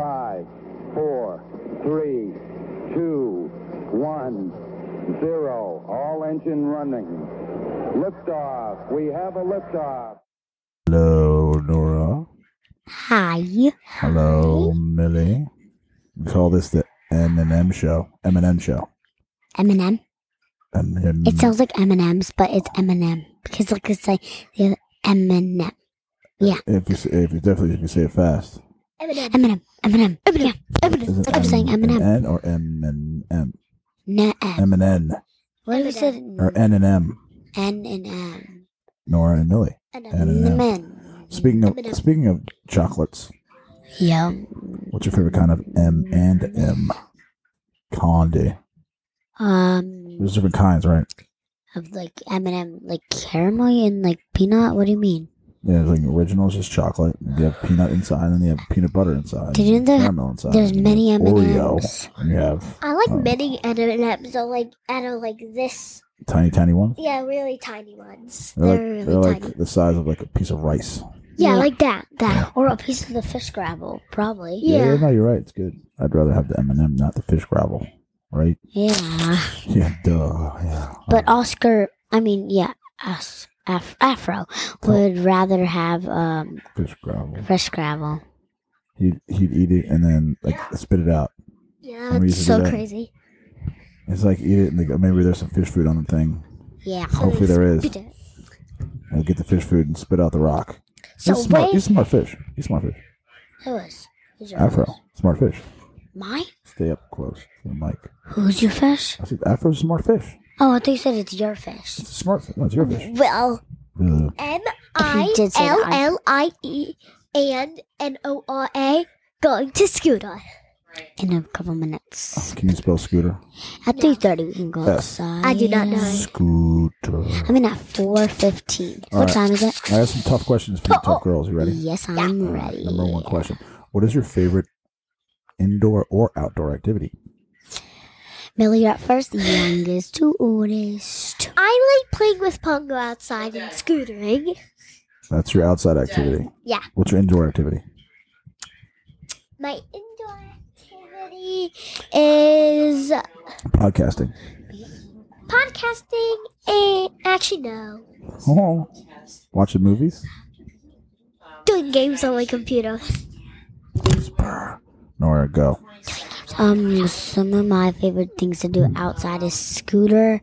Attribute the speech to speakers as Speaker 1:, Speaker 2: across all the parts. Speaker 1: five, four, three, two, one, zero. All engine running. Liftoff. We have a liftoff.
Speaker 2: Hello, Nora.
Speaker 3: Hi.
Speaker 2: Hello, Millie. We call this the M and M show. M and M show.
Speaker 3: Eminem.
Speaker 2: M and
Speaker 3: It sounds like M&M's, but it's Eminem. Because like it's like the other- Eminem.
Speaker 2: If you say, if you definitely if you say it fast.
Speaker 3: Eminem. Eminem. Eminem.
Speaker 2: Is
Speaker 3: Eminem.
Speaker 2: it
Speaker 3: I'm saying
Speaker 2: M and
Speaker 3: Eminem.
Speaker 2: N or M and M?
Speaker 3: No, M.
Speaker 2: M and N
Speaker 3: What was it?
Speaker 2: or N and M?
Speaker 3: N and M.
Speaker 2: Nora and Millie. M.
Speaker 3: Eminem.
Speaker 2: Speaking of
Speaker 3: Eminem.
Speaker 2: speaking of chocolates,
Speaker 3: Yum.
Speaker 2: what's your favorite kind of M and M? Candy.
Speaker 3: Um,
Speaker 2: There's different kinds, right?
Speaker 3: of like Eminem, like caramel and like peanut. What do you mean?
Speaker 2: Yeah, there's like originals, just chocolate. and You have peanut inside, and then you have peanut butter inside.
Speaker 3: Did you
Speaker 2: and
Speaker 3: know there-
Speaker 2: caramel inside?
Speaker 3: There's
Speaker 2: and you
Speaker 3: many
Speaker 2: have Oreo.
Speaker 3: M&Ms.
Speaker 2: and You have
Speaker 4: I like
Speaker 2: Oh.
Speaker 4: mini M&Ms. I like I don't like this.
Speaker 2: tiny, tiny ones.
Speaker 4: Yeah, really tiny ones.
Speaker 2: They're
Speaker 3: They're
Speaker 2: like
Speaker 3: really
Speaker 2: they're like
Speaker 3: tiny.
Speaker 2: the size of like a piece of rice.
Speaker 4: Yeah,
Speaker 3: Yeah.
Speaker 4: like that. That.
Speaker 3: Or a piece of the fish gravel, probably.
Speaker 4: Yeah.
Speaker 2: no, you're right. It's good. I'd rather have the M and M, not the fish gravel. Right?
Speaker 3: Yeah.
Speaker 2: Yeah, duh. Yeah.
Speaker 3: But Oscar, I mean, yeah, us, Af- Afro would rather have um,
Speaker 2: fish gravel.
Speaker 3: fresh gravel.
Speaker 2: He'd he'd eat it and then like spit it out.
Speaker 4: Yeah,
Speaker 2: Some
Speaker 4: it's
Speaker 2: reason to
Speaker 4: so
Speaker 2: that.
Speaker 4: crazy.
Speaker 2: It's like eat it and they go, maybe there's some fish food on the thing.
Speaker 3: Yeah.
Speaker 2: Hopefully there is.
Speaker 4: Spit it.
Speaker 2: He'll get the fish food and spit out the rock.
Speaker 3: So
Speaker 2: he's smart.
Speaker 3: wait-
Speaker 2: He's a smart fish. He's a smart fish.
Speaker 3: Who is? Who's your
Speaker 2: Afro,
Speaker 3: fish?
Speaker 2: smart fish.
Speaker 3: My?
Speaker 2: Stay up close to the mic.
Speaker 3: Who's your fish?
Speaker 2: I said, Afro's a smart fish.
Speaker 3: Oh, I thought you said it's your fish.
Speaker 2: It's a smart fish. No, it's your fish.
Speaker 4: Well,
Speaker 2: Ugh.
Speaker 4: M
Speaker 3: He
Speaker 4: I
Speaker 3: did say
Speaker 4: L
Speaker 3: that.
Speaker 4: L I E and N O R A going to scooter.
Speaker 3: In a couple minutes.
Speaker 2: Can you spell scooter?
Speaker 3: At 3.30 we can go
Speaker 2: Yes.
Speaker 3: outside.
Speaker 4: I do not know.
Speaker 2: Scooter.
Speaker 3: I mean, at 4.15.
Speaker 2: All
Speaker 3: what
Speaker 2: right.
Speaker 3: time is it?
Speaker 2: I have some tough questions for you, tough girls. You ready?
Speaker 3: Yes, I'm
Speaker 2: All right,
Speaker 3: ready.
Speaker 2: Number one question. What is your favorite indoor or outdoor activity?
Speaker 3: Millie, you're up first. Youngest to oldest.
Speaker 4: I like playing with Pongo outside and scootering.
Speaker 2: That's your outside activity.
Speaker 4: Yeah.
Speaker 2: What's your indoor activity?
Speaker 4: My indoor activity is
Speaker 2: Podcasting.
Speaker 4: podcasting and actually no.
Speaker 2: Oh. Watching movies?
Speaker 4: Doing games on my computer.
Speaker 2: Spur. Nora, go.
Speaker 3: Um, some of my favorite things to do outside is scooter,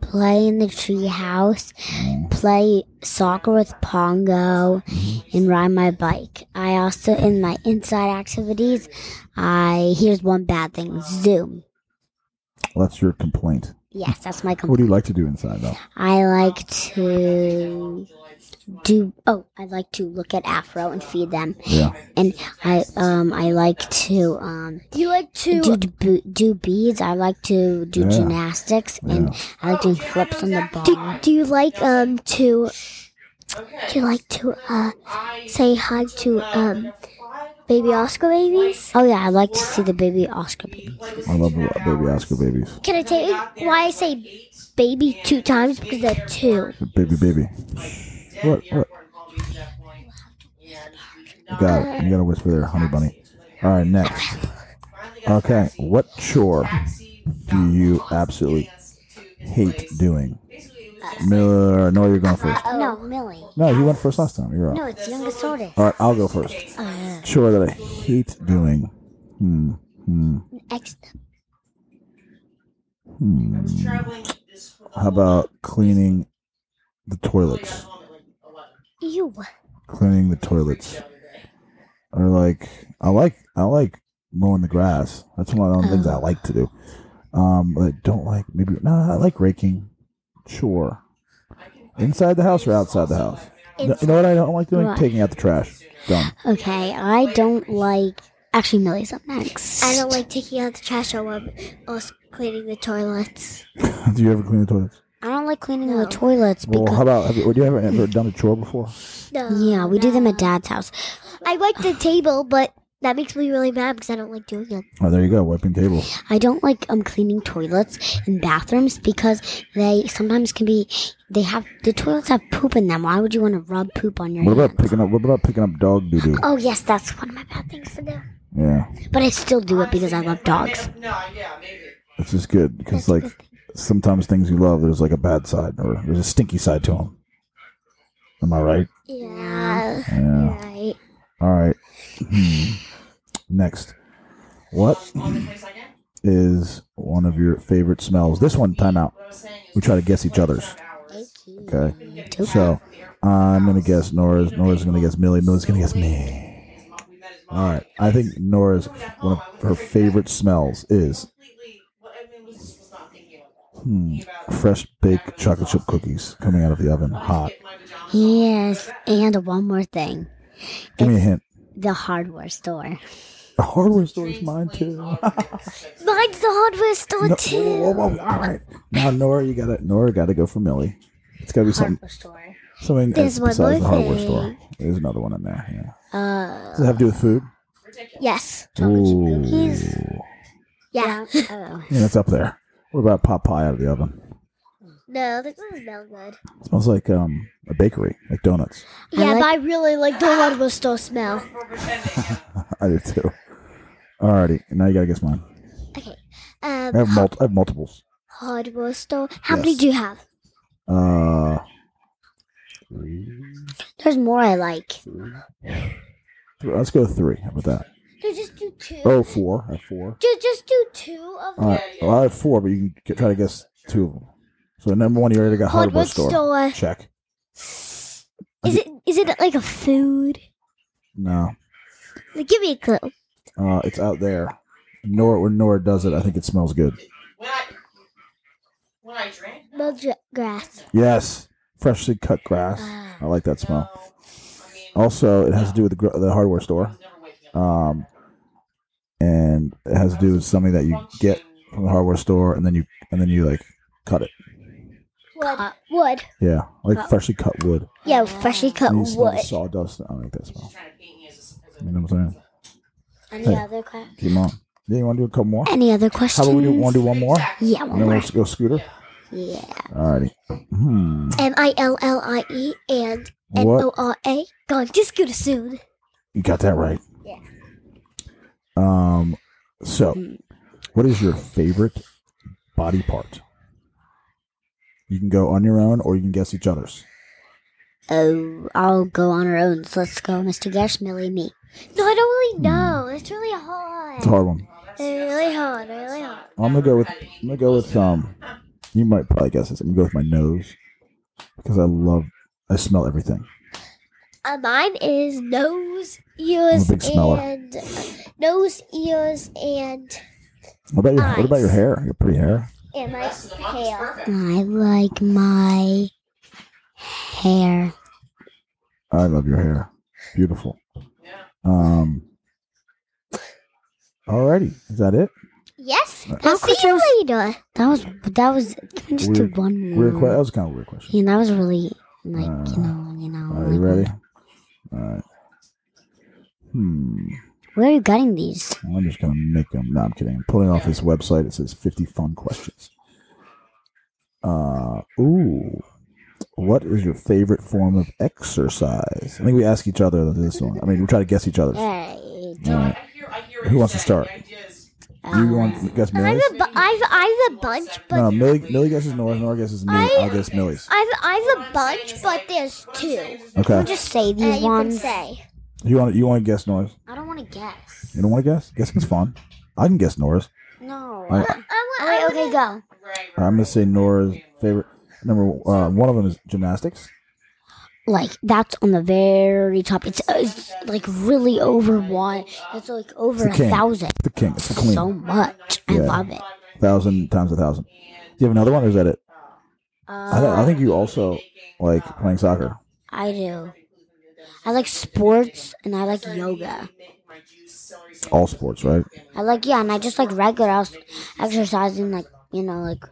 Speaker 3: play in the tree house,
Speaker 2: Mm-hmm.
Speaker 3: play soccer with Pongo, and ride my bike. I also, in my inside activities, I here's one bad thing: Zoom.
Speaker 2: Well, that's your complaint.
Speaker 3: Yes, that's my
Speaker 2: What
Speaker 3: complaint.
Speaker 2: do you like to do inside, though?
Speaker 3: I like to do. Oh, I like to look at Afro and feed them,
Speaker 2: Yeah.
Speaker 3: and I um I like to um
Speaker 4: You like to
Speaker 3: do do, do beads. I like to do
Speaker 2: Yeah.
Speaker 3: gymnastics and I like doing flips on the
Speaker 4: Do,
Speaker 3: ball.
Speaker 4: do you like um to do
Speaker 5: Okay.
Speaker 4: you like to uh
Speaker 5: I
Speaker 4: say hi to um baby Oscar babies?
Speaker 3: Oh yeah, I like to see the baby Oscar baby.
Speaker 2: I love the baby Oscar babies.
Speaker 4: Can I tell you why I say baby two times because they're two?
Speaker 2: Baby, baby. What? What? You got it. You got to whisper there, honey bunny. All right, next. Okay, what chore do you absolutely hate doing? Miller, no, you're going first.
Speaker 3: No, Oh, Millie.
Speaker 2: No, you went first last time. You're
Speaker 3: No,
Speaker 2: up.
Speaker 3: it's youngest oldest.
Speaker 2: All right, I'll go first.
Speaker 3: Uh,
Speaker 2: Chore that I hate doing. Hmm. Hmm.
Speaker 3: ex-
Speaker 2: Hmm. How about cleaning the toilets?
Speaker 4: Ew.
Speaker 2: Cleaning the toilets. Or like I like I like mowing the grass. That's one
Speaker 3: Oh.
Speaker 2: of the things I like to do. Um, but I don't like maybe no, I like raking. Sure. Inside the house or outside the house? No, you know what I don't like doing?
Speaker 3: What?
Speaker 2: Taking out the trash. Dumb.
Speaker 3: okay, I don't like. Actually, Millie's up next.
Speaker 4: I don't like taking out the trash or um, also cleaning the toilets.
Speaker 2: do you ever clean the toilets?
Speaker 3: I don't like cleaning
Speaker 4: No.
Speaker 3: the toilets
Speaker 2: Well,
Speaker 3: because.
Speaker 2: how about have you, do you ever ever done a chore before?
Speaker 4: No.
Speaker 3: yeah, we do them at Dad's house.
Speaker 4: I like the table, but that makes me really mad because I don't like doing it.
Speaker 2: Oh, there you go, wiping tables.
Speaker 3: I don't like um cleaning toilets and bathrooms because they sometimes can be they have the toilets have poop in them. Why would you want to rub poop on your
Speaker 2: What about
Speaker 3: hands?
Speaker 2: picking up? What about picking up dog doo doo?
Speaker 3: Oh yes, that's one of my bad things.
Speaker 4: Thanks for now.
Speaker 2: Yeah,
Speaker 3: But I still do it because I love dogs.
Speaker 5: No, yeah, maybe.
Speaker 2: it's just good because like sometimes things you love, there's like a bad side or there's a stinky side to them. Am I right?
Speaker 4: Yeah.
Speaker 2: Yeah.
Speaker 4: Right.
Speaker 2: All right. Hmm. Next, what
Speaker 5: Um, on the 22nd,
Speaker 2: is one of your favorite smells? This one, time out.
Speaker 5: what I was saying is
Speaker 2: We try to guess each other's. Okay. So I'm gonna guess Nora's. Nora's gonna guess Millie. Millie's gonna guess me. All right. I think Nora's one of her favorite smells is hmm, fresh baked chocolate chip cookies coming out of the oven, hot.
Speaker 3: Yes, and one more thing.
Speaker 2: Give me a hint.
Speaker 3: The hardware store.
Speaker 2: The hardware store is mine too.
Speaker 4: Mine's the hardware store
Speaker 2: No-
Speaker 4: too.
Speaker 2: whoa, whoa, whoa, All right. Now Nora, you gotta Nora gotta go for Millie. It's gotta be something
Speaker 3: store.
Speaker 2: something
Speaker 3: There's one
Speaker 2: besides
Speaker 3: more
Speaker 2: the hardware
Speaker 3: thing.
Speaker 2: store. There's another one in there. Yeah.
Speaker 3: Uh,
Speaker 2: Does it have to do with food?
Speaker 4: Yes.
Speaker 2: Ooh.
Speaker 4: Yeah.
Speaker 3: oh.
Speaker 2: Yeah, that's up there. What about pot pie out of the oven?
Speaker 4: No, this doesn't smell good.
Speaker 2: It smells like um a bakery, like donuts.
Speaker 4: Yeah,
Speaker 3: like-
Speaker 4: but I really like the hardware store smell.
Speaker 2: I do too. Alrighty, now you gotta guess mine.
Speaker 4: Okay.
Speaker 2: I
Speaker 4: Um,
Speaker 2: have mul- I have multiples.
Speaker 4: hardware store. How
Speaker 2: Yes.
Speaker 4: many do you have?
Speaker 2: Uh,
Speaker 3: There's more I like.
Speaker 2: th- let's go with three. How about that?
Speaker 4: No, just do two.
Speaker 2: Oh, four. I have four.
Speaker 4: Ju- just do two of
Speaker 2: All right. Well, I have four, but you can g- try to guess two of them. So number one, you already got hardware,
Speaker 4: hardware
Speaker 2: store.
Speaker 4: store.
Speaker 2: Check.
Speaker 4: Is it is it like a food?
Speaker 2: No,
Speaker 4: Like, give me a clue.
Speaker 2: uh, it's out there. Nora, when Nora does it, I think it smells good.
Speaker 5: When I, when I drink?
Speaker 4: Smell dra- grass.
Speaker 2: Yes, freshly cut grass.
Speaker 3: Ah.
Speaker 2: I like that smell.
Speaker 5: I mean,
Speaker 2: Also, it has to do with the, gr- the hardware store. um, and it has to do with something that you get from the hardware store, and then you and then you like cut it.
Speaker 4: Wood.
Speaker 3: Cut.
Speaker 4: wood.
Speaker 2: Yeah, like
Speaker 3: Cut.
Speaker 2: freshly cut wood.
Speaker 4: Yeah, freshly cut
Speaker 2: And you smell
Speaker 4: wood.
Speaker 2: the sawdust. I like that smell.
Speaker 5: You
Speaker 2: You know what I'm saying?
Speaker 3: Any
Speaker 2: Hey.
Speaker 3: other questions?
Speaker 2: Keep on. Yeah, you want to do a couple more?
Speaker 3: Any other
Speaker 2: How
Speaker 3: questions?
Speaker 2: about we do want to do one more?
Speaker 3: Yeah,
Speaker 2: And
Speaker 3: one
Speaker 2: then
Speaker 3: more.
Speaker 2: we'll s- go scooter.
Speaker 3: Yeah.
Speaker 2: Alrighty. Hmm.
Speaker 4: M I L L I E and oh. N
Speaker 2: What?
Speaker 4: O R A. Going to scooter soon.
Speaker 2: You got that right.
Speaker 4: Yeah.
Speaker 2: Um. So,
Speaker 3: Hmm.
Speaker 2: what is your favorite body part? You can go on your own, or you can guess each other's.
Speaker 3: Oh, I'll go on our own. So let's go, Mr. Gersh, Millie, me.
Speaker 4: No, I don't really know.
Speaker 2: Hmm.
Speaker 4: It's really hard.
Speaker 2: It's a hard one.
Speaker 4: They're really hard. They're really hard.
Speaker 2: I'm gonna go with I'm gonna go with um. You might probably guess this. I'm gonna go with my nose because I love I smell everything.
Speaker 4: Uh, mine is nose,
Speaker 2: I'm
Speaker 4: ears,
Speaker 2: a big smeller.
Speaker 4: and uh, nose, ears, and
Speaker 2: What about your What about your hair? Your pretty hair.
Speaker 4: and my hair.
Speaker 3: I like my hair.
Speaker 2: I love your hair. Beautiful. Um. Alrighty, is that it?
Speaker 4: Yes.
Speaker 2: Right.
Speaker 4: I'll see you later.
Speaker 3: That was that was. Can we just
Speaker 2: Weird-
Speaker 3: do one more?
Speaker 2: Weird question. That was kind of a weird question.
Speaker 3: Yeah, that was really like
Speaker 2: Uh,
Speaker 3: you know you know.
Speaker 2: Are you
Speaker 3: like,
Speaker 2: ready? All right. Hmm.
Speaker 3: Where are you getting these?
Speaker 2: I'm just gonna make them. No, I'm kidding. I'm pulling off this website. It says 50 fun questions. Uh, ooh. What is your favorite form of exercise? I think we ask each other this one. I mean, we try to guess each other's. All
Speaker 3: Hey,
Speaker 2: right. Who wants to start? You
Speaker 4: um,
Speaker 2: want to guess
Speaker 4: I'm
Speaker 2: Millie's?
Speaker 4: a, bu- I've, I've a bunch, but
Speaker 2: No, Millie, Millie guesses Nora's. Nora guesses me. I'll guess Millie's.
Speaker 4: I've, I've a bunch, but there's two.
Speaker 2: Okay.
Speaker 3: just say
Speaker 4: Uh,
Speaker 3: these
Speaker 4: you can
Speaker 3: ones.
Speaker 4: say.
Speaker 2: You want you want to guess Nora's?
Speaker 3: I don't want to guess.
Speaker 2: You don't want to guess? Guessing is fun. I can guess Nora's.
Speaker 3: No.
Speaker 2: I-
Speaker 4: I
Speaker 3: All
Speaker 4: want, I
Speaker 3: right,
Speaker 4: want
Speaker 3: okay, go.
Speaker 2: I'm gonna say Nora's favorite number. Uh, one of them is gymnastics.
Speaker 3: Like that's on the very top. It's, uh, it's like really over one. It's like over a
Speaker 2: king.
Speaker 3: thousand.
Speaker 2: The king. It's the queen.
Speaker 3: So much. I
Speaker 2: Yeah.
Speaker 3: love it.
Speaker 2: thousand times a thousand. Do you have another one, or is that it?
Speaker 4: Uh,
Speaker 2: I, th- I think you also like playing soccer.
Speaker 3: Um, I do. I like sports and I like yoga.
Speaker 2: All sports, right?
Speaker 3: I like yeah, and I just like regular else- exercising, like you know, like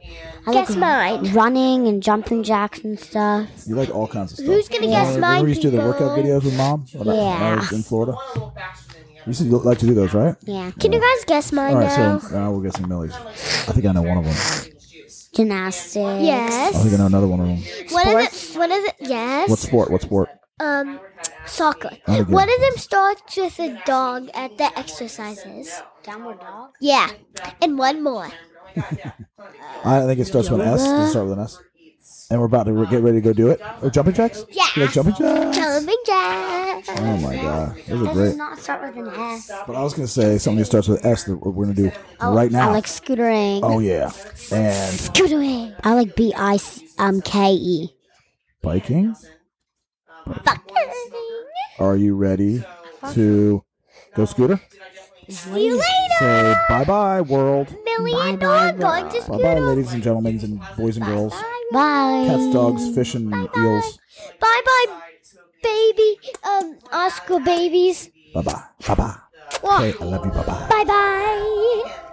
Speaker 3: I
Speaker 4: Guess
Speaker 3: like
Speaker 4: mine.
Speaker 3: running and jumping jacks and stuff.
Speaker 2: You like all kinds of stuff.
Speaker 4: Who's gonna guess
Speaker 2: remember,
Speaker 4: mine,
Speaker 2: Remember we used to do the
Speaker 4: people?
Speaker 2: workout videos with mom when I- when I
Speaker 3: Yeah.
Speaker 2: was in Florida.
Speaker 5: One a little faster than the
Speaker 2: You
Speaker 5: other.
Speaker 2: used to like to do those, right?
Speaker 3: Yeah,
Speaker 4: Can you guys guess mine
Speaker 2: all right,
Speaker 4: now?
Speaker 2: so now we're guessing Millie's. I think I know one of them. I
Speaker 5: Juice.
Speaker 3: gymnastics.
Speaker 4: Yes.
Speaker 2: think I know another one of them.
Speaker 4: What is it? What is it? Yes.
Speaker 2: What sport? What sport?
Speaker 4: Um, Soccer.
Speaker 2: Not a good
Speaker 4: One of
Speaker 2: one.
Speaker 4: them starts with a dog at the exercises.
Speaker 3: Downward dog.
Speaker 4: Yeah, and one more.
Speaker 2: I think it starts with an S. Does it start with an S? And we're about to re- get ready to go do it. Oh, jumping jacks?
Speaker 4: Yeah.
Speaker 2: You like jumping jacks?
Speaker 4: Jumping jack.
Speaker 2: Oh my god, those are
Speaker 3: That does
Speaker 2: great.
Speaker 3: not start with an S.
Speaker 2: But I was gonna say something that starts with S that we're gonna do
Speaker 3: Oh,
Speaker 2: right
Speaker 3: I
Speaker 2: now.
Speaker 3: like scootering.
Speaker 2: Oh yeah, and
Speaker 4: Scootering.
Speaker 3: I like B I C- um K E.
Speaker 2: biking.
Speaker 4: Fucking.
Speaker 2: Are you ready to go scooter?
Speaker 4: See you later.
Speaker 2: Say bye bye world.
Speaker 4: Millie and
Speaker 3: Bye-bye,
Speaker 4: Dog going to
Speaker 2: Bye bye
Speaker 4: scooter.
Speaker 2: ladies and gentlemen and boys and girls,
Speaker 3: Bye.
Speaker 2: cats, dogs, fish and eels.
Speaker 4: Bye bye, baby. Um, Oscar babies.
Speaker 2: Bye bye. Bye bye.
Speaker 4: Wah.
Speaker 2: Say I love you. Bye bye.
Speaker 4: Bye bye.